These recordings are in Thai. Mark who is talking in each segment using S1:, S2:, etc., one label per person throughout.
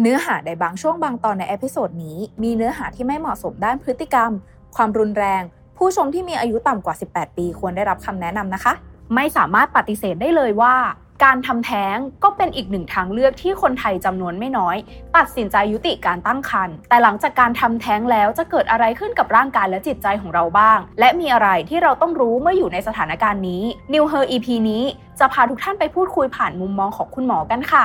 S1: เนื้อหาในบางช่วงบางตอนในเอพิโซดนี้ มีเนื้อหาที่ไม่เหมาะสมด้านพฤติกรรม ความรุนแรง ผู้ชมที่มีอายุต่ำกว่า 18 ปีควรได้รับคำแนะนำนะคะ ไม่สามารถปฏิเสธได้เลยว่า การทำแท้งก็เป็นอีกหนึ่งทางเลือกที่คนไทยจำนวนไม่น้อย ตัดสินใจยุติการตั้งครรภ์แต่หลังจากการทำแท้งแล้วจะเกิดอะไรขึ้นกับร่างกายและจิตใจของเราบ้าง และมีอะไรที่เราต้องรู้เมื่ออยู่ในสถานการณ์นี้ New Her EP นี้จะพาทุกท่านไปพูดคุยผ่านมุมมองของคุณหมอกันค่ะ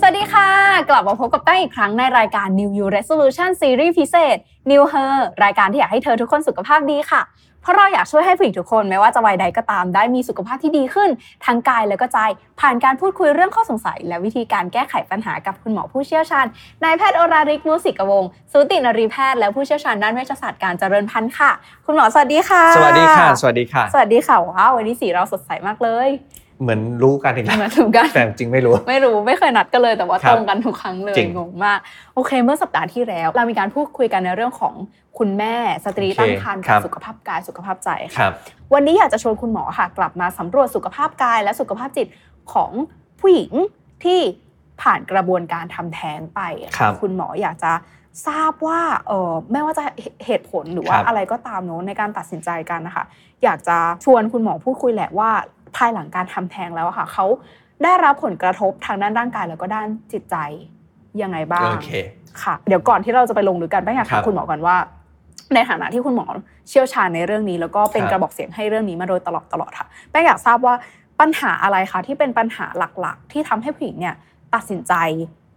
S1: สวัสดีค่ะ กลับมาพบกับแป้งอีกครั้งในรายการ New You Resolution Series พิเศษ New Her รายการที่อยากให้เธอทุกคนสุขภาพดีค่ะ เพราะเราอยากช่วยให้ผู้หญิงทุกคนไม่ว่าจะวัยใดก็ตามได้มีสุขภาพที่ดีขึ้น ทั้งกายและก็ใจ ผ่านการพูดคุยเรื่องข้อสงสัย และวิธีการแก้ไขปัญหากับคุณหมอผู้เชี่ยวชาญนายแพทย์โอราริกมูสิกวงศ์สูตินรีแพทย์และผู้เชี่ยวชาญด้านเวชศาสตร์การเจริญพันธุ์ค่ะ คุณหมอสวัสดีค่ะ
S2: สวัสดีค่ะ สวัสดีค่ะ
S1: สวัสดีค่ะว้าววันนี้สีเราสดใสมากเลย
S2: เหมือนรู้กันอีกแล้ว
S1: มาถึงกัน
S2: แต่จริงไม่รู้
S1: ไม่รู้ไม่เคยนัดกันเลยแต่ว่า
S2: ครั
S1: ต
S2: บ
S1: รงกันทุกครั้งเลย
S2: จริง
S1: งงมาก โอเค เมื่อสัปดาห์ที่แล้ว เรามีการพูดคุยกันในเรื่องของคุณแม่สตรี
S2: โอเค
S1: ตั้งครรภ์
S2: ค
S1: กั
S2: รั
S1: บบ สุขภาพกายสุขภาพใจ
S2: ค
S1: ค่ะ
S2: รับ
S1: วันนี้อยากจะชวนคุณหมอค่ะ กลับมาสำรวจสุขภาพกายและสุขภาพจิตของผู้หญิงที่ผ่านกระบวนการทำแท้งไป
S2: ครั
S1: ค่ะ
S2: บ
S1: คุณหมออยากจะทราบว่าเออไม่ว่าจะเหตุผลหรือว่า
S2: ครับ
S1: อะไรก็ตามเนอะในการตัดสินใจกันนะคะ อยากจะชวนคุณหมอพูดคุยแหละว่า ภายหลังการทำแท้งแล้วอะค่ะเขาได้รับผลกระทบทางด้านร่างกายแล้วก็ด้านจิตใจยังไงบ้าง
S2: โอเค
S1: ค่ะ เดี๋ยวก่อนที่เราจะไปลงลึกกันแป้งอยาก
S2: ครั
S1: ถาม
S2: บ
S1: คุณหมอก่อนว่า ในฐานะที่คุณหมอเชี่ยวชาญในเรื่องนี้ แล้วก็เป็น
S2: ครับ
S1: กระบอกเสียงให้เรื่องนี้มาโดยตลอดตลอดค่ะแป้งอยากทราบว่าปัญหาอะไรคะที่เป็นปัญหาหลักๆ ที่ทำให้ผู้หญิงเนี่ย ตัดสินใจ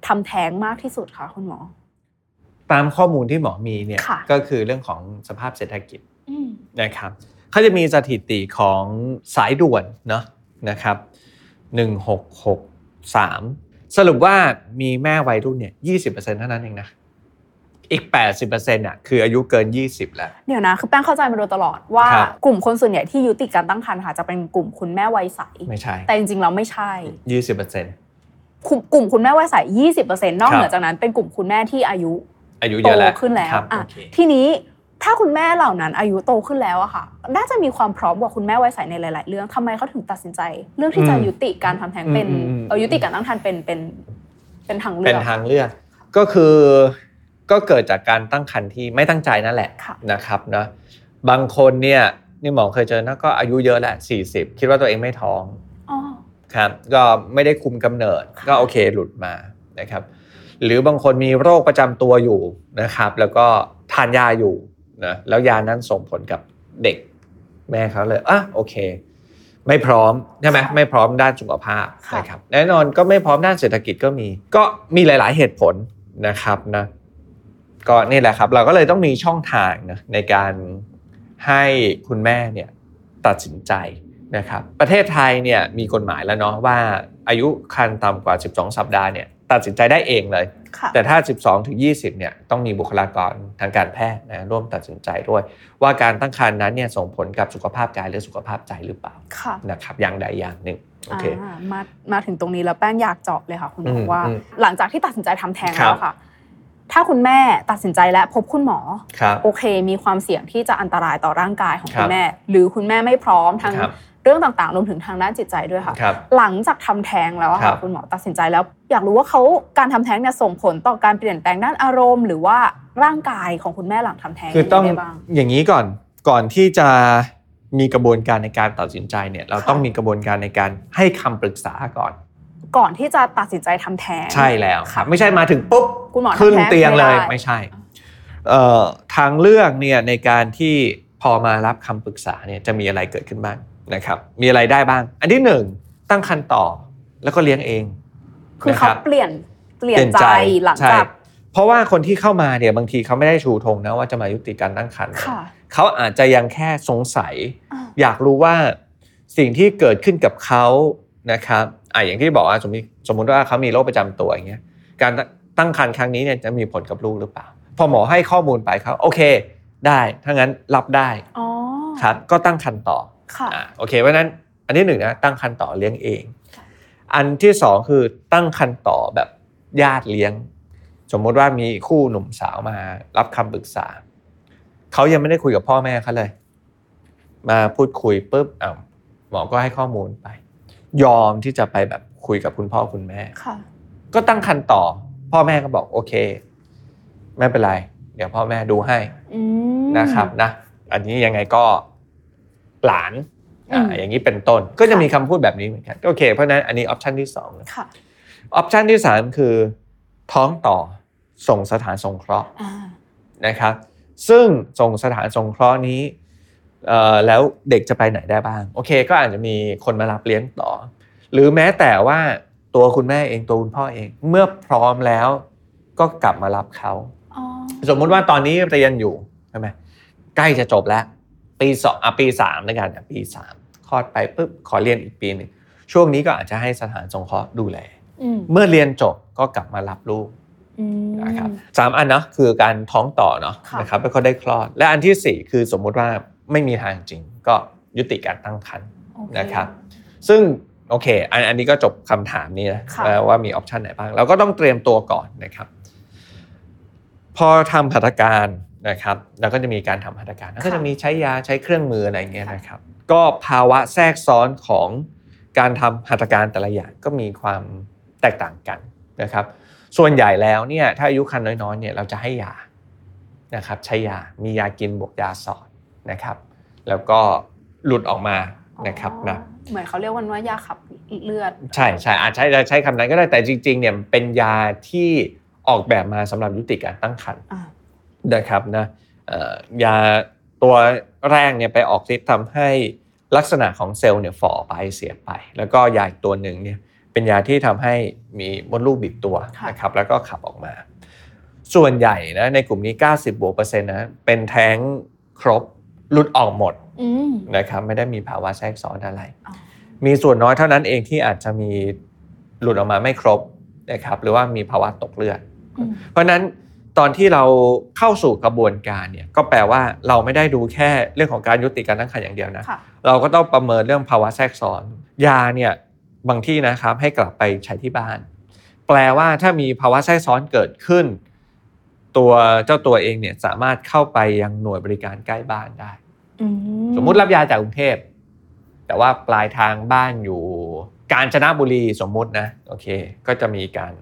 S1: ทำแท้งมากที่สุดคะคุณหมอ
S2: ตามข้อมูลที่หมอมีเนี่ย
S1: ค่ะ
S2: ก็คือเรื่องของสภาพเศรษฐกิจ
S1: อืม
S2: นะครับเขาจะมีสถิติของสายด่วนเนาะนะครับ1663 สรุปว่ามีแม่วัยรุ่นเนี่ย20%เท่านั้นเองนะอีก 80%เนี่ยคืออายุเกิน 20 แล้ว
S1: เดี๋ยวนะคือแป้งเข้าใจมาโดยตลอดว่า
S2: ครับ
S1: กลุ่มคนส่วนใหญ่ที่ยุติการตั้งครรภ์ค่ะจะเป็นกลุ่มคุณแม่วัยใส
S2: ไม่ใช่
S1: แต่จริงๆ เราไม่ใช่
S2: 20%
S1: กลุ่มกลุ่มคุณแม่วัยใส20%นอกเหนือจากนั้นเป็นกลุ่มคุณแม่ที่อายุ
S2: อายุ
S1: โต
S2: เยอะแล้ว
S1: ขึ้นแล้ว
S2: ครับ
S1: อ่ะ
S2: โอเค
S1: ทีนี้ถ้าคุณแม่เหล่านั้นอายุโตขึ้นแล้วอะค่ะ น่าจะมีความพร้อมกว่าคุณแม่วัยใสในหลาย ๆ เรื่องทำไมเขาถึงตัดสินใจ เรื่องที่จะ
S2: อืม
S1: ยุติการทำแท้งเป็น
S2: อืมอืม
S1: เออยุติการตั้งครรภ์เป็นเป็นเป็นทางเลื
S2: เป็
S1: อน ก
S2: ทางเลือกก็คือก็เกิดจากการตั้งครรภ์ที่ไม่ตั้งใจนั่นแหละ
S1: ค่ะ
S2: นะครับนะบางคนเนี่ยนี่หมอเคยเจอนะก็อายุเยอะแหละ 40 คิดว่าตัวเองไม่ท้อง
S1: ๋อ
S2: ครับก็ไม่ได้คุมกำเนิด
S1: ค่ะ
S2: ก็โอเคหลุดมานะครับ หรือบางคนมีโรคประจำตัวอยู่นะครับ แล้วก็ทานยาอยู่นะแล้วยานั้นส่งผลกับเด็กแม่เขาเลยอ่ะโอเค ไม่พร้อมใช่ไหมไม่พร้อมด้านสุขภาพ
S1: ค่ะ
S2: นะครับแน่นอนก็ไม่พร้อมด้านเศรษฐกิจก็มี ก็มีหลาย ๆ เหตุผลนะครับนะก็นี่แหละครับ เราก็เลยต้องมีช่องทางนะในการให้คุณแม่เนี่ยตัดสินใจนะครับ ประเทศไทยเนี่ยมีกฎหมายแล้วเนาะว่าอายุครรภ์ต่ำกว่า 12 สัปดาห์เนี่ยตัดสินใจได้เองเลย
S1: ค่ะ
S2: แต่ถ้า 12 ถึง 20 เนี่ย ต้องมีบุคลากรทางการแพทย์นะร่วมตัดสินใจด้วย ว่าการตั้งครรภ์นั้นเนี่ยส่งผลกับสุขภาพกายหรือสุขภาพใจหรือเปล่า
S1: ค่ะ
S2: นะครับ อย่างใดอย่างหนึ่งโอเค
S1: ามามาถึงตรงนี้แล้วแป้งอยากเจาะเลยค่ะคุณหมอ
S2: ม
S1: ว่า
S2: อืม
S1: หลังจากที่ตัดสินใจทำแท้ง
S2: ครั
S1: แล้
S2: บ
S1: วค่ะ ถ้าคุณแม่ตัดสินใจและพบคุณหมอ
S2: ครับ
S1: โอเค มีความเสี่ยงที่จะอันตรายต่อร่างกายของ
S2: ค
S1: คุ
S2: รั
S1: ณ
S2: บ
S1: แม่ หรือคุณแม่ไม่พร้อมทาง
S2: ครับ
S1: เรื่องต่างๆ รวมถึงทางด้านจิตใจด้วยค่ะ
S2: ครับ
S1: หลังจากทำแท้งแล้วอะ
S2: ครั
S1: ค่ะ
S2: บ
S1: คุณหมอตัดสินใจแล้ว อยากรู้ว่าเขาการทำแท้งเนี่ยส่งผลต่อการเปลี่ยนแปลงด้านอารมณ์ หรือว่าร่างกายของคุณแม่หลังทำแท้ง
S2: คือต้อง
S1: ยังไบ้าง
S2: อย่างนี้ก่อนก่อนที่จะมีกระบวนการในการตัดสินใจเนี่ยเรา
S1: ค่ะ
S2: ต้องมีกระบวนการในการให้คำปรึกษาก่อน
S1: ก่อนที่จะตัดสินใจทำแท้ง
S2: ใช่แล้ว
S1: ค่ะ
S2: ไม่ใช่มาถึงปุ๊บ
S1: คุณหมอทำ
S2: ขึ้น
S1: แท้ง
S2: เตียงเลย
S1: ไม่ได้
S2: ไม่ใช่เอ่อทางเลือกเนี่ยในการที่พอมารับคำปรึกษาเนี่ยจะมีอะไรเกิดขึ้นบ้างนะครับ มีอะไรได้บ้าง อันที่หนึ่งตั้งคันต่อแล้วก็เลี้ยงเอง
S1: คือเขา
S2: นะรับ
S1: เปลี่ยนเปลี่ยนใจหลัง
S2: ใช่
S1: จาก
S2: เพราะว่าคนที่เข้ามาเนี่ยบางทีเขาไม่ได้ชูธงนะว่าจะมายุติการตั้งครรภ์
S1: ค่ะ
S2: เขาอาจจะยังแค่สงสัย
S1: อ่า
S2: อยากรู้ว่าสิ่งที่เกิดขึ้นกับเขานะครับอ่ะอย่างที่บอกว่าสมมติสมมติว่าเขามีโรคประจำตัวอย่างเงี้ยการตั้งครรภ์ครั้งนี้เนี่ยจะมีผลกับลูกหรือเปล่า พอหมอให้ข้อมูลไปเขาโอเค ได้ถ้างั้นรับได้
S1: อ๋อ
S2: ครับก็ตั้งครรภ์ต่อ
S1: ค่ะ
S2: อ่ะโอเคเพราะฉะนั้นอันที่หนึ่งนะตั้งครรภ์ต่อเลี้ยงเอง
S1: ค่ะ
S2: อันที่สองคือตั้งครรภ์ต่อแบบญาติเลี้ยง สมมุติว่ามีคู่หนุ่มสาวมารับคำปรึกษา เขายังไม่ได้คุยกับพ่อแม่เขาเลย มาพูดคุยปุ๊บอ้าวหมอก็ให้ข้อมูลไป ยอมที่จะไปแบบคุยกับคุณพ่อคุณแม่
S1: ค่ะ
S2: ก็ตั้งคันต่อ พ่อแม่ก็บอกโอเค ไม่เป็นไร เดี๋ยวพ่อแม่ดูให้
S1: อืม
S2: นะครับนะอันนี้ยังไงก็หลานอ่า
S1: อืม
S2: อย่างนี้เป็นต้นก็จะมีคำพูดแบบนี้เหมือนกันโอเค เพราะฉะนั้นอันนี้ออปชันที่2องนะ
S1: ค่ะ
S2: ออปชันที่สามคือท้องต่อส่งสถานสงเคราะห์
S1: อ่า
S2: นะครับ ซึ่งส่งสถานสงเคราะห์นี้เอ่อแล้วเด็กจะไปไหนได้บ้าง โอเค ก็อาจจะมีคนมารับเลี้ยงต่อ หรือแม้แต่ว่าตัวคุณแม่เองตัวคุณพ่อเอง เมื่อพร้อมแล้วก็กลับมารับเขา
S1: อ๋อ
S2: สมมุติว่าตอนนี้เรียนอยู่ใช่ไหมใกล้จะจบแล้ว ปีสองอ่ะปีสามในการอ่ะปีสามคลอดไปปุ๊บขอเรียนอีกปีหนึ่งช่วงนี้ก็อาจจะให้สถานสงเคราะห์ดูแล
S1: อืม
S2: เมื่อเรียนจบก็กลับมารับลูก
S1: อืม
S2: นะครับสามอันเนาะคือการท้องต่อเนาะ
S1: ค่ะ
S2: นะครับแล้วก็ได้คลอด และอันที่สี่คือสมมุติว่าไม่มีทางจริง ก็ยุติการตั้งครรภ์
S1: โอเ
S2: นะครับ ซึ่งโอเคอันอันนี้ก็จบคำถามนี้นะ
S1: ค่ะ
S2: เอ่อว่ามีออปชันไหนบ้าง เราก็ต้องเตรียมตัวก่อนนะครับ พอทำหัตถการนะครับเราก็จะมีการทำหัตถการแล้วก็จะมีใช้ยาใช้เครื่องมืออะไรอย่างเงี้ยนะครับ ก็ภาวะแทรกซ้อนของการทำหัตถการแต่ละอย่างก็มีความแตกต่างกันนะครับ ส่วนใหญ่แล้วเนี่ยถ้าอายุครรภ์น้อยๆเนี่ยเราจะให้ยานะครับ ใช้ยามียากินบวกยาสอดนะครับ แล้วก็หลุดออกมานะครับนะ
S1: เหมือนเขาเรียกวันว่ายาขับเลือด
S2: ใช่ใช่อาจใช้ใช้คำนั้นก็ได้แต่จริงๆเนี่ยเป็นยาที่ออกแบบมาสำหรับยุติการตั้งครรภ์
S1: อ่า
S2: นะครับนะเอ่อยาตัวแรกเนี่ยไปออกฤทธิ์ทำให้ลักษณะของเซลล์เนี่ยฝ่อไปเสียไป แล้วก็ยาอีกตัวหนึ่งเนี่ยเป็นยาที่ทำให้มีมดลูกบีบตัว
S1: ค่ะ
S2: นะครับแล้วก็ขับออกมา ส่วนใหญ่นะในกลุ่มนี้ 90บวกเปอร์เซ็นต์นะเป็นแท้งครบหลุดออกหมด
S1: อืม
S2: นะครับไม่ได้มีภาวะแทรกซ้อนอะไร
S1: อ๋อ
S2: มีส่วนน้อยเท่านั้นเองที่อาจจะมีหลุดออกมาไม่ครบนะครับหรือว่ามีภาวะตกเลือด
S1: อืม
S2: เพราะฉะนั้นตอนที่เราเข้าสู่กระบวนการเนี่ยก็แปลว่าเราไม่ได้ดูแค่เรื่องของการยุติการตั้งครรภ์อย่างเดียวนะ
S1: ค่ะ
S2: เราก็ต้องประเมินเรื่องภาวะแทรกซ้อน ยาเนี่ยบางที่นะครับให้กลับไปใช้ที่บ้าน แปลว่าถ้ามีภาวะแทรกซ้อนเกิดขึ้น ตัวเจ้าตัวเองเนี่ยสามารถเข้าไปยังหน่วยบริการใกล้บ้านได้
S1: อื
S2: สมมุติรับยาจากกรุงเทพ แต่ว่าปลายทางบ้านอยู่ กาญจนบุรีสมมุตินะโอเค ก็จะมีการ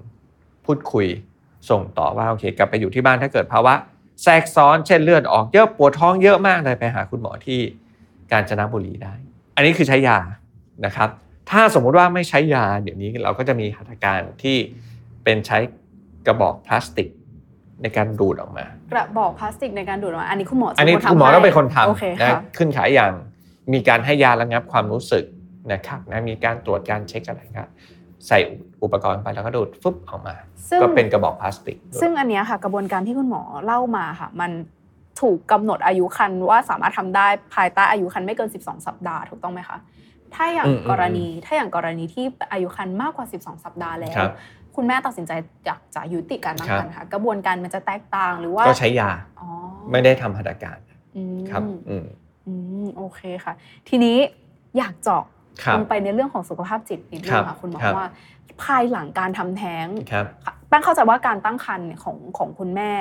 S2: พูดคุยส่งต่อว่าโอเค กลับไปอยู่ที่บ้านถ้าเกิดภาวะแทรกซ้อนเช่นเลือดออกเยอะปวดท้องเยอะมากเลยไปหาคุณหมอที่กาญจนบุรีได้ อันนี้คือใช้ยานะครับ ถ้าสมมุติว่าไม่ใช้ยาเดี๋ยวนี้เราก็จะมีหัตถการที่เป็นใช้กระบอกพลาสติกในการดูดออกมา
S1: กระบอกพลาสติกในการดูดออกมาอันนี้คุณหมอจะ
S2: อันนี้
S1: เป็ทำ
S2: คุณหมอ
S1: ให้
S2: ต้องเป็นคน
S1: โอเค
S2: ทำนะ
S1: ค่ะ
S2: ขึ้นขายอย่างมีการให้ยาระงับความรู้สึกนะครับนะมีการตรวจการเช็คอะไรก็ใส่อุปกรณ์ไปแล้วก็ดูดฟึบออกมา
S1: ซึ่ง
S2: ก็เป็นกระบอกพลาสติกด้วย
S1: ซึ่งอันเนี้ยค่ะ กระบวนการที่คุณหมอเล่ามาค่ะ มันถูกกำหนดอายุคันว่าสามารถทำได้ภายใต้อายุคันไม่เกิน 12 สัปดาห์ถูกต้องไหมคะ ถ้าอย่างกรณีถ้าอย่างกรณีที่อายุคันมากกว่า 12 สัปดาห์แล้
S2: คว รับ
S1: คุณแม่ตัดสินใจอยากจะยุติการตั้ง
S2: ค
S1: ค
S2: รับ
S1: รรภ์ค่ะ กระบวนการมันจะแตกต่างหรือว่า
S2: ก็ใช้ยา
S1: อ๋อ
S2: ไม่ได้ทำหัตถการ
S1: อืม
S2: ครับอืม
S1: อืมโอเคค่ะ ทีนี้อยากเจาะ
S2: ครับ
S1: ลงไปในเรื่องของสุขภาพจิตนิดนึง
S2: ครั
S1: ค่ะ
S2: บ
S1: คุณหมอ
S2: ครับ
S1: ว่า ภายหลังการทำแท้ง
S2: ครับ
S1: ค่ะแป้งเข้าใจว่าการตั้งครรภ์ของของคุณแม่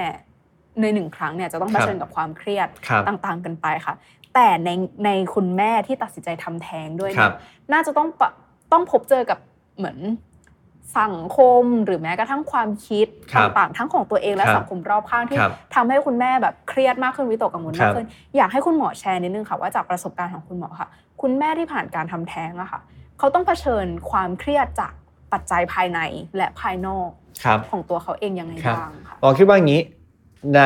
S1: ในหนึ่งครั้งเนี่ยจะต้อง
S2: ครั
S1: เผ
S2: บ
S1: ชิญกับความเครียด
S2: ครับ
S1: ต่างๆกันไปค่ะ แต่ในในคุณแม่ที่ตัดสินใจทำแท้งด้วย
S2: ค
S1: เนี่
S2: รั
S1: ย
S2: บ
S1: น่าจะต้องปะต้องพบเจอกับเหมือนสังคมหรือแม้กระทั่งความคิด
S2: ครับ่
S1: ตางๆ ทั้งของตัวเองและ
S2: ครับ
S1: สังคมรอบข้างที่
S2: ครับ
S1: ทำให้คุณแม่แบบเครียดมากขึ้นวิตกกังวล
S2: ครั
S1: มาก
S2: บ
S1: ขึ้น อยากให้คุณหมอแชร์นิดนึงค่ะว่าจากประสบการณ์ของคุณหมอค่ะ คุณแม่ที่ผ่านการทำแท้งอะค่ะ เขาต้องเผชิญความเครียดจากปัจจัยภายในและภายนอก
S2: ครับ
S1: ของตัวเขาเองยังไง
S2: ครับ
S1: บ้างค่ะ
S2: หมอคิดว่างี้ใน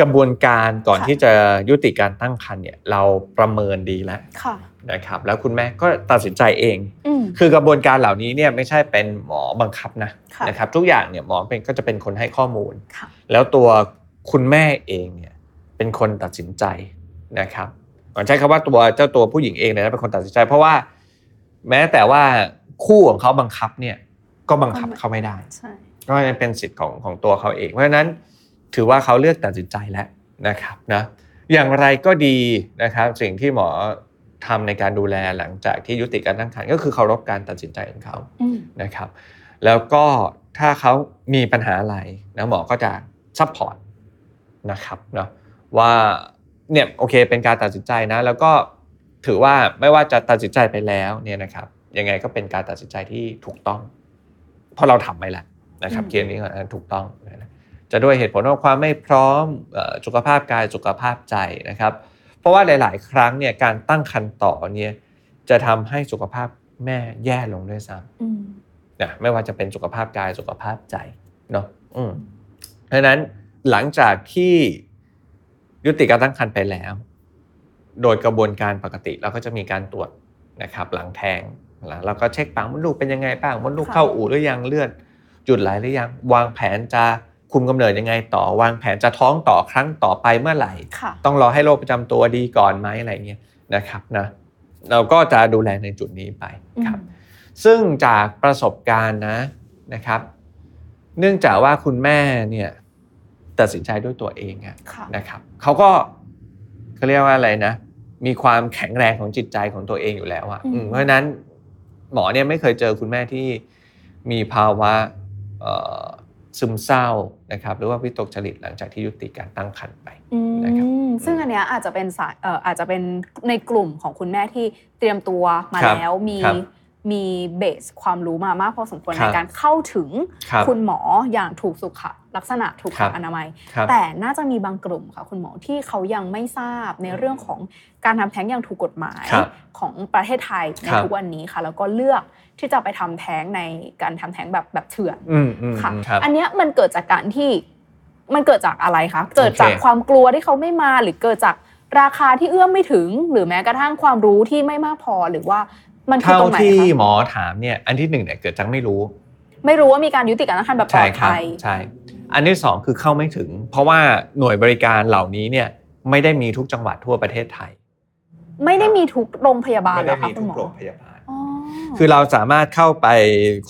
S2: กระบวนการก่อน
S1: ค่ะ
S2: ที่จะยุติการตั้งครรภ์เนี่ยเราประเมินดีแล้ว
S1: ค่ะ
S2: นะครับ แล้วคุณแม่ก็ตัดสินใจเอง
S1: อืม
S2: คือกระบวนการเหล่านี้เนี่ยไม่ใช่เป็นหมอบังคับนะ
S1: ค่ะ
S2: นะครับ ทุกอย่างเนี่ยหมอเป็นก็จะเป็นคนให้ข้อมูล
S1: ค่ะ
S2: แล้วตัวคุณแม่เองเนี่ยเป็นคนตัดสินใจนะครับผมใช้คำว่าตัวเจ้าตัวผู้หญิงเองเนี่ยนะเป็นคนตัดสินใจ เพราะว่าแม้แต่ว่าคู่ของเขาบังคับเนี่ยก็บังคับเขาไม่ได้
S1: ใช่
S2: ก็ยังเป็นสิทธิ์ของของตัวเขาเอง เพราะฉะนั้นถือว่าเขาเลือกตัดสินใจแล้วนะครับนะอย่างไรก็ดีนะครับ สิ่งที่หมอทำในการดูแลหลังจากที่ยุติการตั้งครรภ์ก็คือเคารพการตัดสินใจของเขา
S1: อืม
S2: นะครับ แล้วก็ ถ้าเขามีปัญหาอะไรนะหมอก็จะซัพพอร์ตนะครับเนาะว่าเนี่ยโอเคเป็นการตัดสินใจนะ แล้วก็ถือว่าไม่ว่าจะตัดสินใจไปแล้วเนี่ยนะครับยังไงก็เป็นการตัดสินใจที่ถูกต้อง เพราะเราทำไปแล้วนะครับ
S1: อืม
S2: เคสนี้ก็ถูกต้องนะจะด้วยเหตุผลว่าความไม่พร้อมเอ่อสุขภาพกายสุขภาพใจนะครับ เพราะว่าหลาย ๆ ครั้งเนี่ยการตั้งครรภ์ต่อเนี่ยจะทำให้สุขภาพแม่แย่ลงด้วยซ้ำ
S1: อืม
S2: นะไม่ว่าจะเป็นสุขภาพกายสุขภาพใจเนาะอืมเพราะฉะนั้นหลังจากที่ยุติการตั้งครรภ์ไปแล้ว โดยกระบวนการปกติเราก็จะมีการตรวจนะครับ หลังแทงหลังเราก็เช็คปากมดลูกเป็นยังไงบ้างมดลูก
S1: ค่ะ
S2: เข้าอู่หรือยังเลือดหยุดไหลหรือยัง วางแผนจะคุมกำเนิดยังไงต่อ วางแผนจะท้องต่อครั้งต่อไปเมื่อไหร่
S1: ค่ะ
S2: ต้องรอให้โรคประจำตัวดีก่อนไหมอะไรเงี้ยนะครับนะเราก็จะดูแลในจุดนี้ไปครับ ซึ่งจากประสบการณ์นะนะครับ เนื่องจากว่าคุณแม่เนี่ยตัดสินใจด้วยตัวเองอะ
S1: ค่ะ
S2: นะครับเขาก็เขาเรียกว่าอะไรนะ มีความแข็งแรงของจิตใจของตัวเองอยู่แล้วอะ
S1: อืม
S2: อืมเพราะฉะนั้นหมอเนี่ยไม่เคยเจอคุณแม่ที่มีภาวะเอ่อซึมเศร้านะครับ หรือว่าวิตกจริตหลังจากที่ยุติการตั้งครรภ์ไป
S1: อื
S2: นะครับ
S1: มซึ่งอันเนี้ยอาจจะเป็นสายเอ่ออาจจะเป็นในกลุ่มของคุณแม่ที่เตรียมตัวมา
S2: ครับ
S1: แล้วมี
S2: ครับ
S1: มีเบสความรู้มามากพอสมควร
S2: ครั
S1: ใน
S2: บ
S1: การเข้าถึง
S2: ครับ
S1: คุณหมออย่างถูกสุขลักษณะถูก
S2: ครั
S1: กับ อนามัย
S2: ครับ
S1: แต่น่าจะมีบางกลุ่มค่ะคุณหมอที่เขายังไม่ทราบในเรื่องของการทำแท้งอย่างถูกกฎหมาย
S2: ครับ
S1: ของประเทศไทยใน
S2: ครับ
S1: ทุกวันนี้ค่ะ แล้วก็เลือกที่จะไปทำแท้งในการทำแท้งแบบแบบเถื่อน
S2: อืมอืม
S1: ค่ะ
S2: อืมครับ
S1: อันเนี้ยมันเกิดจากการที่มันเกิดจากอะไรคะ เกิดจากความกลัวที่เขาไม่มาหรือเกิดจากราคาที่เอื้อมไม่ถึง หรือแม้กระทั่งความรู้ที่ไม่มากพอหรือว่ามันคือ
S2: เท่า
S1: ตรงไหน
S2: ที่
S1: คะ
S2: หมอถามเนี่ยอันที่หนึ่งเนี่ยเกิดจากไม่รู้
S1: ไม่รู้ว่ามีการยุติการตั้งครรภ์แบบปล
S2: ใช่
S1: อด
S2: ครับ
S1: ภัย
S2: ใช่ อันที่สองคือเข้าไม่ถึง เพราะว่าหน่วยบริการเหล่านี้เนี่ยไม่ได้มีทุกจังหวัดทั่วประเทศไทย
S1: ไม่ได้มีทุกโรงพยาบาล
S2: ไม่
S1: เหร
S2: ได้
S1: อคะ
S2: มี
S1: คุ
S2: ทุ
S1: ณ
S2: ก
S1: หมอ
S2: โรงพยาบาล
S1: อ๋อ
S2: คือเราสามารถเข้าไป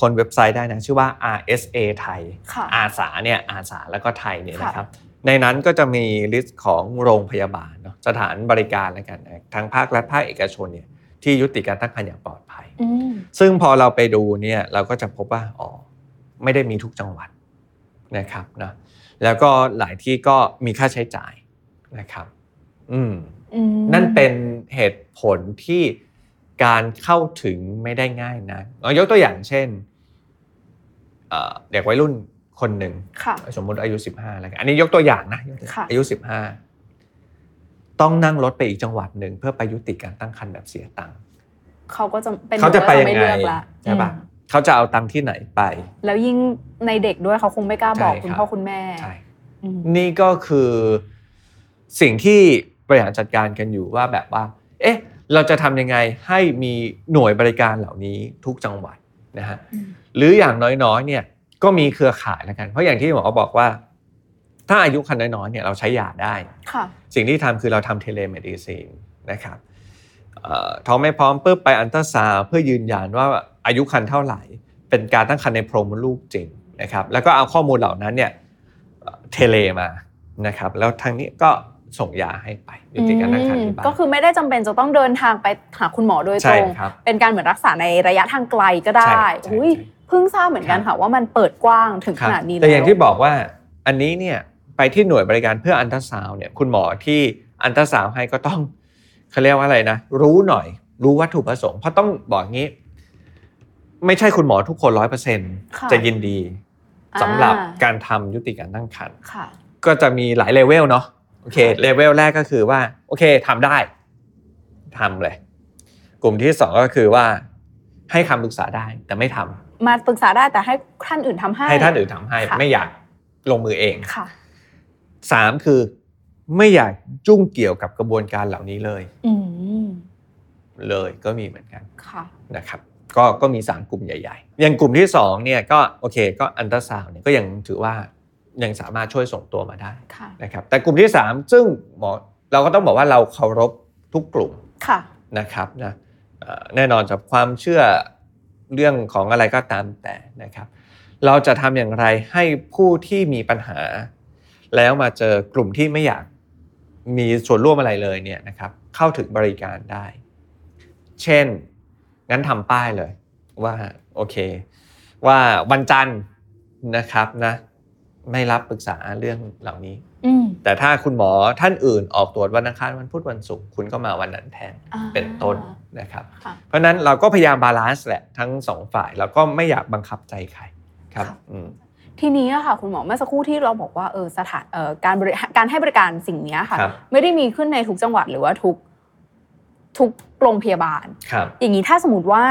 S2: คนเว็บไซต์ได้นะชื่อว่า RSA ไทย
S1: ค่ะ
S2: อาสาเนี่ยอาสาแล้วก็ไทยเนี่ย
S1: ค่ะ
S2: นะครับ ในนั้นก็จะมีลิสต์ของโรงพยาบาลเนาะสถานบริการแล้วกันนะทั้งภาครัฐภาคเอกชนเนี่ยที่ยุติการตั้งครรภ์อย่างปลอดภัย
S1: อืม
S2: ซึ่งพอเราไปดูเนี่ยเราก็จะพบว่าอ๋อไม่ได้มีทุกจังหวัดนะครับนะแล้วก็หลายที่ก็มีค่าใช้จ่ายนะครับ อืม
S1: อืม
S2: นั่นเป็นเหตุผลที่การเข้าถึงไม่ได้ง่ายนะเอายกตัวอย่างเช่นเอ่อเด็กวัยรุ่นคนหนึ่ง
S1: ค่ะ
S2: สมมติอายุ 15แล้วกันอันนี้ยกตัวอย่างนะยกตัวอย่าง
S1: ค่ะ
S2: อายุ 15 ต้องนั่งรถไปอีกจังหวัดหนึ่งเพื่อไปยุติการตั้งครรภ์แบบเสียตังค์
S1: เขาก็จะเป็น
S2: เขาจะไป
S1: หนูก็
S2: ยัง
S1: ม่
S2: ไง
S1: เลือกละ
S2: ใช่ปะ
S1: อืม
S2: เขาจะเอาตังค์ที่ไหนไป
S1: แล้วยิ่งในเด็กด้วยเขาคงไม่กล้าบอก
S2: ใช่
S1: คุณ
S2: ครับ
S1: พ่อคุณแม่
S2: ใช่
S1: อืม
S2: นี่ก็คือสิ่งที่บริหารจัดการกันอยู่ว่าแบบว่า เอ๊ะ เราจะทำยังไงให้มีหน่วยบริการเหล่านี้ทุกจังหวัดนะฮะ
S1: อืม
S2: หรืออย่างน้อยๆ เนี่ยก็มีเครือข่ายแล้วกัน เพราะอย่างที่หมอบอกว่า ถ้าอายุคันน้อยๆ เนี่ยเราใช้ยาได้
S1: ค่ะ
S2: สิ่งที่ทำคือเราทำเทเลเมดิซีนนะครับเอ่อท้องไม่พร้อมปุ๊บไปอันตราซาวด์เพื่อยืนยันว่าอายุครรภ์เท่าไหร่ เป็นการตั้งครรภ์ในโพรงมดลูกจริงนะครับ แล้วก็เอาข้อมูลเหล่านั้นเนี่ยเทเลมานะครับ แล้วทางนี้ก็ส่งยาให้ไปยุติการตั้งครรภ์ที่บ้าน
S1: ก็คือไม่ได้จำเป็นจะต้องเดินทางไปหาคุณหมอโดยต
S2: ใช่
S1: รง
S2: ครับ
S1: เป็นการเหมือนรักษาในระยะทางไกลก็ได้
S2: ใช่ใช่
S1: อุ้ย
S2: ใช่
S1: เพิ่งทราบเหมือนกัน
S2: ครั
S1: ค่ะ
S2: บ
S1: ว่ามันเปิดกว้างถึงข
S2: ครับ
S1: นาดนี้แล้ว
S2: แต่อย่างที่บอกว่าอันนี้เนี่ยไปที่หน่วยบริการเพื่ออันตราซาวน์เนี่ยคุณหมอที่อันตราซาวน์ให้ก็ต้องเขาเรียกว่าอะไรนะ รู้หน่อย รู้วัตถุประสงค์เพราะต้องบอกงี้ ไม่ใช่คุณหมอทุกคนร้อยเปอร์เซ็นต์
S1: ค่ะ
S2: จะยินดีสำหรับ
S1: อ่า
S2: การทำยุติการตั้งครรภ์
S1: ค่ะ
S2: ก็จะมีหลายเลเวลเนาะโอเคเลเวลแรกก็คือว่า โอเคทำได้ทำเลย กลุ่มที่สองก็คือว่า ให้คำปรึกษาได้แต่ไม่ทำ
S1: มาปรึกษาได้แต่ให้ท่านอื่นทำให้
S2: ให้ท่านอื่นทำให้
S1: ค่ะ
S2: ไม่อยากลงมือเอง
S1: ค่ะ
S2: สามคือไม่อยากจุ้งเกี่ยวกับกระบวนการเหล่านี้เลย
S1: อืม
S2: เลยก็มีเหมือนกัน
S1: ค่ะ
S2: นะครับก็ก็มีสามกลุ่มใหญ่ๆ อย่างกลุ่มที่สองเนี่ยก็โอเคก็อันตราซาวน์เนี่ยก็ยังถือว่ายังสามารถช่วยส่งตัวมาได้
S1: ค่ะ
S2: นะครับแต่กลุ่มที่สามซึ่งหมอเราก็ต้องบอกว่าเราเคารพทุกกลุ่ม
S1: ค่ะ
S2: นะครับนะเอ่อแน่นอนจากความเชื่อเรื่องของอะไรก็ตามแต่นะครับ เราจะทำอย่างไรให้ผู้ที่มีปัญหา แล้วมาเจอกลุ่มที่ไม่อยากมีส่วนร่วมอะไรเลยเนี่ยนะครับเข้าถึงบริการได้ เช่น งั้นทำป้ายเลยว่าโอเค ว่าวันจันทร์ นะครับนะ ไม่รับปรึกษาเรื่องเหล่านี้
S3: อืม
S2: แต่ถ้าคุณหมอท่านอื่นออกตรวจวันอังคารวันพุธวันศุกร์คุณก็มาวันนั้นแทน
S3: อ่า
S2: เป็นต้นนะครับ
S3: ค่ะ
S2: เพราะฉะนั้นเราก็พยายามบาลานซ์แหละทั้งสองฝ่ายแล้วก็ไม่อยากบังคับใจใครครับอืม
S1: ทีนี้อะค่ะ คุณหมอเมื่อสักครู่ที่เราบอกว่าเออสถานเอ่อการบริการให้บริการสิ่งเนี้ยค่ะ
S2: ครับ
S1: ไม่ได้มีขึ้นในทุกจังหวัดหรือว่าทุกทุกโรงพยาบาล
S2: ครับ
S1: อย่างนี้ถ้าสมมติว่า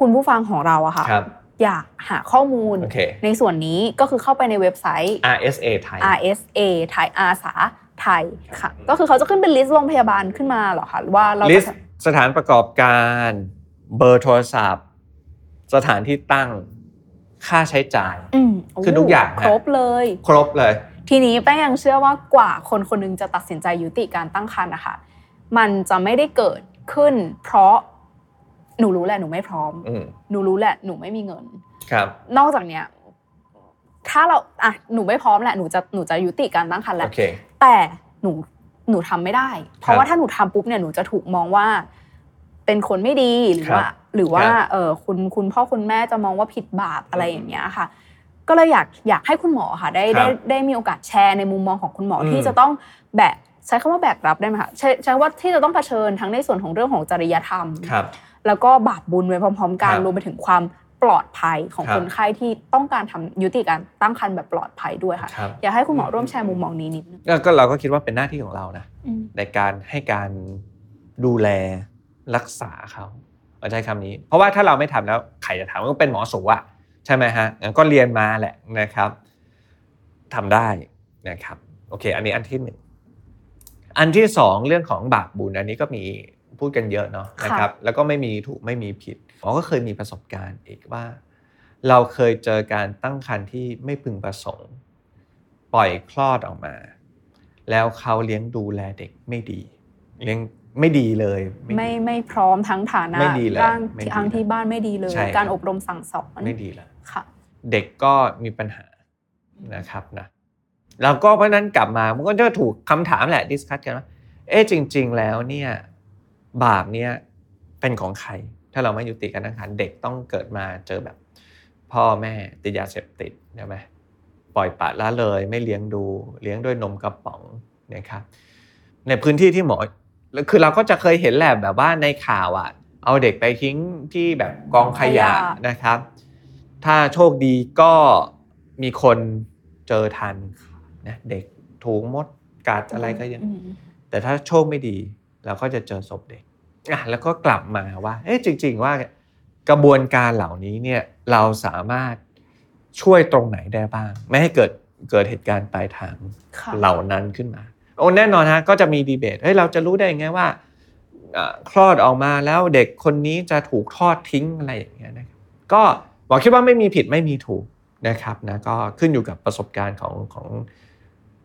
S1: คุณผู้ฟังของเราอะค่ะ
S2: ครับ
S1: อยากหาข้อมูล
S2: โอเค
S1: ในส่วนนี้ก็คือเข้าไปในเว็บไซต์
S2: RSA ไทย
S1: RSA ไทยอาสาไทยค่ะ
S2: อืม
S1: ก็คือเขาจะขึ้นเป็นลิสต์โรงพยาบาลขึ้นมาเหรอคะหรือว่าเรา
S2: ลิ
S1: จะ
S2: สต์สถานประกอบการเบอร์โทรศัพท์ สถานที่ตั้งค่าใช้จ่าย
S1: อืมโ
S2: คือทุกอย่างนะ
S1: ครบเลย
S2: ครบเลย
S1: ทีนี้แป้งยังเชื่อว่ากว่าคนคนหนึงจะตัดสินใจยุติการตั้งครรภ์นะคะ มันจะไม่ได้เกิดขึ้น เพราะหนูรู้แหละหนูไม่พร้อม
S2: อืม
S1: หนูรู้แหละหนูไม่มีเงิน
S2: ครับ
S1: นอกจากเนี้ยถ้าเราอ่ะหนูไม่พร้อมแหละหนูจะหนูจะยุติการตั้งครรภ์แห
S2: โอ
S1: ละ
S2: เค
S1: แต่หนูหนูทำไม่ได้ เพราะ
S2: ครับ
S1: ว่าถ้าหนูทำปุ๊บเนี่ยหนูจะถูกมองว่า เป็นคนไม่ดีหรือ
S2: ครับ
S1: ว่า หรือว่า
S2: ครับ
S1: เออคุณคุณพ่อคุณแม่จะมองว่าผิดบาปอะไร
S2: อืม
S1: อย่างเงี้ยค่ะ ก็เลยอยากอยากให้คุณหมอค่ะ ได้
S2: ครับ
S1: ได้ได้มีโอกาสแชร์ในมุมมองของคุณหมออ
S2: ม
S1: ที่จะต้องแบกใช้คำว่าแบกรับได้ไหมคะใช้ใช้ว่าที่จะต้องเผชิญทั้งในส่วนของเรื่องของจริยธรรม
S2: ครับ
S1: แล้วก็บาปบุญไว้พร้อม ๆ กัน
S2: ครับ
S1: รวมไปถึงความปลอดภัยของ
S2: ครับ
S1: คนไข้ที่ต้องการทำยุติการตั้งครรภ์แบบปลอดภัยด้วยค่ะ
S2: ครับ
S1: อยากให้คุณหมอร่วมแชร์มุมมองนี้นิดนึง
S2: ก็ก็เราก็คิดว่าเป็นหน้าที่ของเรานะ
S1: อืม
S2: ในการให้การดูแลรักษาเขาเราใช้คำนี้ เพราะว่าถ้าเราไม่ทำแล้วใครจะทำก็เป็นหมอสูอะใช่ไหมฮะงั้นก็เรียนมาแหละนะครับทำได้นะครับโอเค อันนี้อันที่หนึ่งอันที่สองเรื่องของบาปบุญอันนี้ก็มีพูดกันเยอะเนาะ
S1: ค่ะ
S2: นะครับ แล้วก็ไม่มีถูกไม่มีผิดหมอก็เคยมีประสบการณ์อีกว่า เราเคยเจอการตั้งครรภ์ที่ไม่พึงประสงค์ ปล่อยคลอดออกมา แล้วเขาเลี้ยงดูแลเด็กไม่ดี เลี้ยงไม่ดีเลย
S1: ไม่ไม่พร้อมทั้งฐานะ
S2: ไม่ดีเลย
S1: ร่าง
S2: ไม่ดี
S1: ทางที่บ้านไม่ดีเลย
S2: ใช่ครับ
S1: การอบรมสั่งสอน
S2: ไม่ดีแล้ว
S1: ค่ะ
S2: เด็กก็มีปัญหานะครับนะแล้วก็เพราะฉะนั้นกลับมามันก็จะถูกคำถามแหละดิสคัตกันว่าเอ๊ะจริง ๆ แล้วเนี่ยบาปเนี่ยเป็นของใคร ถ้าเราไม่ยุติการตั้งครรภ์เด็กต้องเกิดมาเจอแบบ พ่อแม่ติดยาเสพติดใช่ไหมปล่อยปละละเลยไม่เลี้ยงดูเลี้ยงด้วยนมกระป๋องนะครับ ในพื้นที่ที่หมอ แล้วคือเราก็จะเคยเห็นแหละแบบว่าในข่าวอะเอาเด็กไปทิ้งที่แบบกองขยะ
S1: ขยะ
S2: นะครับ ถ้าโชคดีก็มีคนเจอทันนะเด็กถูกมดกัดอะไรก็ยัง
S1: อืม
S2: แต่ถ้าโชคไม่ดีเราก็จะเจอศพเด็กอ่ะแล้วก็กลับมาว่า เอ๊ะจริง ๆ ว่ากระบวนการเหล่านี้เนี่ยเราสามารถช่วยตรงไหนได้บ้าง ไม่ให้เกิดเกิดเหตุการณ์ปลายทาง
S1: ค่ะ
S2: เหล่านั้นขึ้นมา โอ้แน่นอนฮะก็จะมีดีเบต เฮ้ยเราจะรู้ได้ยังไงว่าเอ่อคลอดออกมาแล้วเด็กคนนี้จะถูกทอดทิ้งอะไรอย่างเงี้ยนะครับก็หมอคิดว่าไม่มีผิดไม่มีถูกนะครับนะก็ขึ้นอยู่กับประสบการณ์ของของ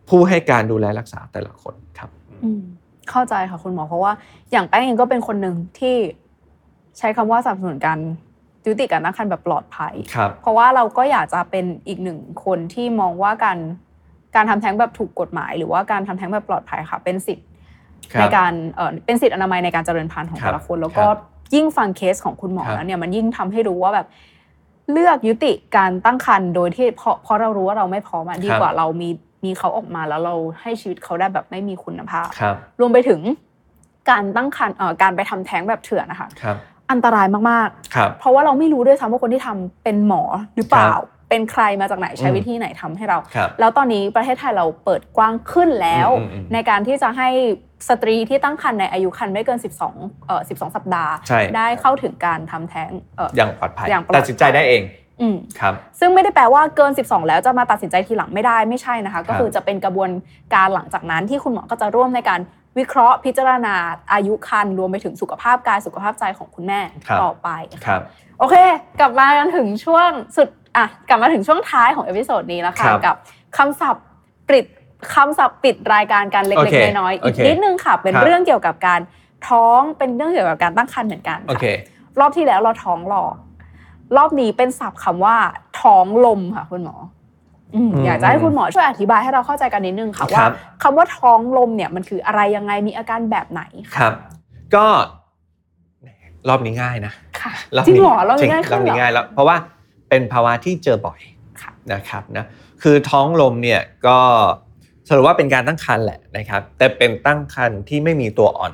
S2: ผู้ให้การดูแลรักษาแต่ละคนครับ
S1: อืมเข้าใจค่ะคุณหมอเพราะว่าอย่างแป้งเองก็เป็นคนหนึ่งที่ใช้คำว่าสนับสนุนการยุติการตั้งครรภ์แบบปลอดภัย
S2: ครับ
S1: เพราะว่าเราก็อยากจะเป็นอีกหนึ่งคนที่มองว่าการการทำแท้งแบบถูกกฎหมาย หรือว่าการทำแท้งแบบปลอดภัยค่ะ เป็นสิทธิ์
S2: ครับ
S1: ในการเอ่อเป็นสิทธิ์อนามัยในการเจริญพันธุ์ของ
S2: ครับ
S1: แต่ละคน แล้วก็
S2: ครับ
S1: ยิ่งฟังเคสของคุณหมอ
S2: ครับ
S1: แล้วเนี่ยมันยิ่งทำให้รู้ว่าแบบเลือกยุติการตั้งครรภ์โดยที่เพราะเพราะเรารู้ว่าเราไม่พร้อมอะดีกว่าเรามีมีเขาออกมาแล้วเราให้ชีวิตเขาได้แบบไม่มีคุณภาพ
S2: ครับ
S1: รวมไปถึงการตั้งครรภ์เอ่อการไปทำแท้งแบบเถื่อนนะคะ
S2: ครับ
S1: อันตรายมากๆ
S2: ครับ
S1: เพราะว่าเราไม่รู้ด้วยซ้ำว่าคนที่ทำเป็นหมอหรือเปล่า
S2: ครับ
S1: เป็นใครมาจากไหนใช้
S2: อืม
S1: วิธีไหนทำให้เรา
S2: ครับ
S1: แล้วตอนนี้ประเทศไทยเราเปิดกว้างขึ้นแล้ว
S2: อืมอืมอืม
S1: ในการที่จะให้สตรีที่ตั้งครรภ์ในอายุครรภ์ไม่เกิน 12เอ่อ12 สัปดาห์
S2: ใช่
S1: ได้เข้าถึงการทำแท้งเอ่อ
S2: อย่างปลอดภัย
S1: อย่างปลอดภัย
S2: ตัดสินใจได้เอง
S1: อืม
S2: ครับ
S1: ซึ่งไม่ได้แปลว่าเกิน 12 แล้วจะมาตัดสินใจทีหลังไม่ได้ไม่ใช่นะคะ ก็คือ
S2: ครับ
S1: จะเป็นกระบวนการหลังจากนั้นที่คุณหมอก็จะร่วมในการวิเคราะห์พิจารณาอายุครรภ์รวมไปถึงสุขภาพกายสุขภาพใจของคุณแม่
S2: ครับ
S1: ต่อไปะ
S2: ครับ
S1: โอเค กลับมากันถึงช่วงสุดอ่ะกลับมาถึงช่วงท้ายของเอพิโซดนี้แล้วค่ะ
S2: ครับ
S1: กับคำศัพท์ปิดคำศัพท์ปิดรายการกันเล็ก
S2: โอเค
S1: ๆน้อยๆอีก
S2: โอเค
S1: นิดนึงค่ะ เป็น
S2: ครับ
S1: เรื่องเกี่ยวกับการท้องเป็นเรื่องเกี่ยวกับการตั้งครรภ์เหมือนกัน
S2: โอ
S1: ค่ะ
S2: เค
S1: รอบที่แล้วเราท้องหลอกรอบนี้เป็นศัพท์คำว่า ท้องลมค่ะคุณหมออืม
S2: อืม
S1: อยากจะให้คุณหมอช่วยอธิบายให้เราเข้าใจกันนิดนึงค่ะ
S2: ค
S1: ว่า
S2: รับ
S1: คำว่าท้องลมเนี่ยมันคืออะไรยังไงมีอาการแบบไหน
S2: ค
S1: ค่ะ
S2: รับ ก็รอบนี้ง่ายนะ
S1: ค่ะ
S2: บ
S1: จริง
S2: นี้
S1: เหรอเรามีง่าย
S2: จ
S1: ขึ้น
S2: รอบ
S1: เหร
S2: นี้
S1: อ
S2: ง่ายแล้วเพราะว่าเป็นภาวะที่เจอบ่อย
S1: ค่ะ
S2: นะครับนะคือท้องลมเนี่ยก็สรุปว่าเป็นการตั้งครรภ์แหละนะครับ แต่เป็นตั้งครรภ์ที่ไม่มีตัวอ่อน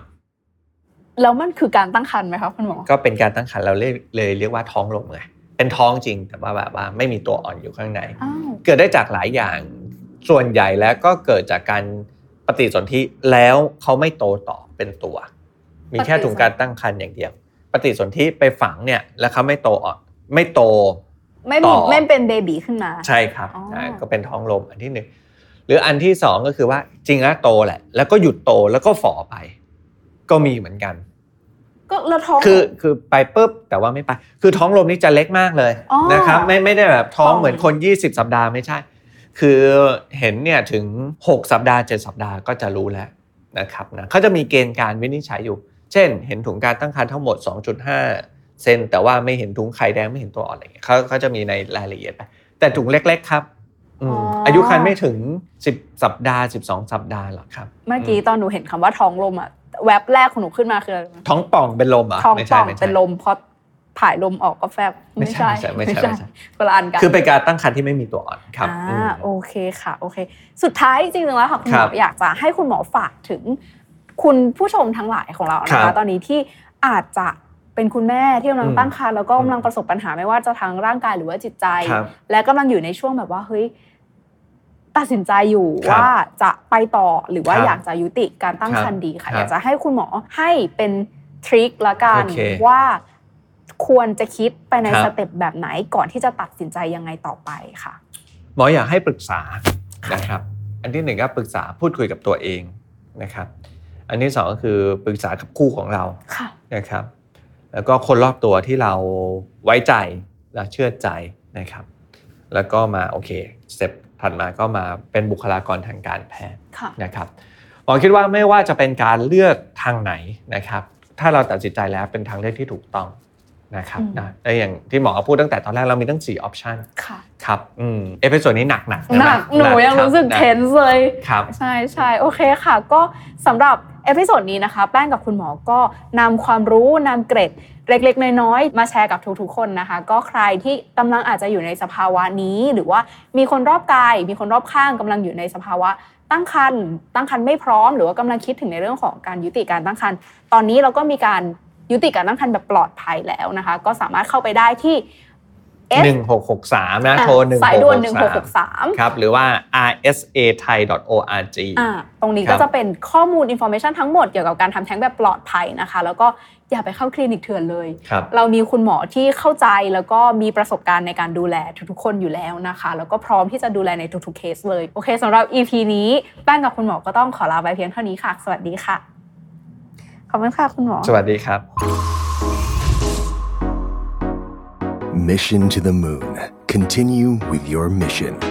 S1: แล้วมันคือการตั้งครรภ์ไหมคะคุณหมอ
S2: ก็เป็นการตั้งครรภ์เราเลยเลยเรียกว่าท้องลมไงเป็นท้องจริงแต่ว่าแบบว่าไม่มีตัวอ่อนอยู่ข้างใน
S1: อ้าว
S2: เกิดได้จากหลายอย่างส่วนใหญ่แล้วก็เกิดจากการปฏิสนธิแล้วเขาไม่โตต่อเป็นตัว มีแค่ถุงการตั้งครรภ์อย่างเดียว ปฏิสนธิไปฝังเนี่ยแล้วเขาไม่โตอ่ะไม่โต
S1: ไม่
S2: ต่
S1: มี
S2: อ
S1: ไม่เป็นเบบีขึ้นมา
S2: ใช่ครับ
S1: อ๋ออ่
S2: าก็เป็นท้องลมอันที่หนึ่งหรืออันที่สองก็คือว่าจริงแล้วโตแหละ แล้วก็หยุดโตแล้วก็ฝ่อไป ก็มีเหมือนกัน
S1: ก็แล้วท้อง
S2: คือคือไปปุ๊บแต่ว่าไม่ไป คือท้องลมนี่จะเล็กมากเลย
S1: อ๋อ
S2: นะครับไม่ไม่ได้แบบท้อง
S1: อ๋อ
S2: เหมือนคน 20 สัปดาห์ไม่ใช่ คือเห็นเนี่ยถึง 6 สัปดาห์7สัปดาห์ก็จะรู้แล้วนะครับนะเขาจะมีเกณฑ์การวินิจฉัยอยู่ เช่น เห็นถุงการตั้งครรภ์ทั้งหมด 2.5 เซนแต่ว่าไม่เห็นถุงไข่แดงไม่เห็นตัวอ่อนอะไรอย่างเงี้ยเขาเขาจะมีในรายละเอียดไปแต่ถุงเล็ก ๆ ครับอืม
S1: อ๋ออ
S2: อายุครรภ์ไม่ถึง 10 สัปดาห์ 12 สัปดาห์หรอกครับ
S1: เมื่อกี้ตอนหนูเห็นคำว่าท้องลมอ่ะแวบแรกของหนูขึ้นมาคืออะไรรู้ไหม
S2: ท้องป่องเป็นลมเหรอ่ะ
S1: ท้อง
S2: ไม่
S1: ป่
S2: ใช่
S1: อง
S2: ไม่ใช่
S1: เป็นลมเพราะผายลมออกก็แฟบ
S2: ไม่ใช่ไม่ใช่ไม่ใช่ไม่ใช่
S1: คนละอันกัน
S2: คือเป็นการตั้งครรภ์ที่ไม่มีตัวอ่อนครับ
S1: อ่า
S2: อืม
S1: โอเคค่ะโอเค สุดท้ายจริงๆแล้วค่ะคุณหม
S2: ครั
S1: อบ อยากจะให้คุณหมอฝากถึง คุณผู้ชมทั้งหลายของเรานะ
S2: ครั
S1: คะ
S2: บ
S1: ตอนนี้ที่อาจจะเป็นคุณแม่ที่กำลังตั้งครรภ์แล้วก็กำลังประสบปัญหาไม่ว่าจะทางร่างกายหรือว่าจิตใจ
S2: ครับ
S1: และกำลังอยู่ในช่วงแบบว่าเฮ้ยตัดสินใจอยู่
S2: ครับ
S1: ว่าจะไปต่อหรือว่า
S2: ครับ
S1: อยากจะยุติการตั้ง
S2: ครับ
S1: ครรภ์ดีค่ะ
S2: ครับ
S1: อยากจะให้คุณหมอให้เป็นทริคละกัน
S2: โอเค
S1: ว่าควรจะคิดไปใน
S2: ครับ
S1: สเต็ปแบบไหนก่อนที่จะตัดสินใจยังไงต่อไปค่ะ
S2: หมออยากให้ปรึกษานะครับ อันที่หนึ่งก็ปรึกษาพูดคุยกับตัวเองนะครับ อันที่สองก็คือปรึกษากับคู่ของเรา
S1: ค่ะ
S2: นะครับ แล้วก็คนรอบตัวที่เราไว้ใจและเชื่อใจนะครับ แล้วก็มาโอเคสเต็ปถัดมาก็มาเป็นบุคลากรทางการแพทย์
S1: ค่ะ
S2: นะครับหมอคิดว่าไม่ว่าจะเป็นการเลือกทางไหนนะครับ ถ้าเราตัดสินใจแล้วเป็นทางเลือกที่ถูกต้องนะครับ
S1: อืม
S2: นะและอย่างที่หมอพูดตั้งแต่ตอนแรกเรามีตั้ง 4 ออปชัน
S1: ค่ะ
S2: ครับอืมเอพิโซดนี้หนักหนัก
S1: หนักหนูยังรู้สึกเทนส์เลย
S2: ครับ
S1: ใช่ใช่โอเคค่ะ ก็สำหรับเอพิโซดนี้นะคะ แป้งกับคุณหมอก็นำความรู้นำเกร็ดเล็กๆ น้อยๆ มาแชร์กับทุกๆ คนนะคะ ก็ใครที่กำลังอาจจะอยู่ในสภาวะนี้ หรือว่ามีคนรอบกาย มีคนรอบข้างกำลังอยู่ในสภาวะ ตั้งครรภ์ตั้งครรภ์ไม่พร้อม หรือว่ากำลังคิดถึงในเรื่องของการยุติการตั้งครรภ์ตอนนี้เราก็มีการยุติการตั้งครรภ์แบบปลอดภัยแล้วนะคะ ก็สามารถเข้าไปได้ที่ F
S2: 1663 นะ โทร
S1: สายด่วน
S2: 1663
S1: 1663
S2: ครับ หรือว่า rsa thai org
S1: อ่าตรงนี้
S2: ครั
S1: ก็
S2: บ
S1: จะเป็นข้อมูลอินโฟ a t i o n ทั้งหมดเกี่ยวกับการทำแท้งแบบปลอดภัยนะคะ แล้วก็อย่าไปเข้าคลินิกเถื่อนเลย
S2: ครับ
S1: เรามีคุณหมอที่เข้าใจแล้วก็มีประสบการณ์ในการดูแลทุกๆ คนอยู่แล้วนะคะ แล้วก็พร้อมที่จะดูแลในทุกๆเคสเลยโอเคสำหรับ EP นี้แป้งกับคุณหมอก็ต้องขอลาไปเพียงเท่านี้ค่ะ สวัสดีค่ะ ขอบคุณค่ะคุณหมอ
S2: สวัสดีครับ
S4: Mission to the moon. Continue with your mission.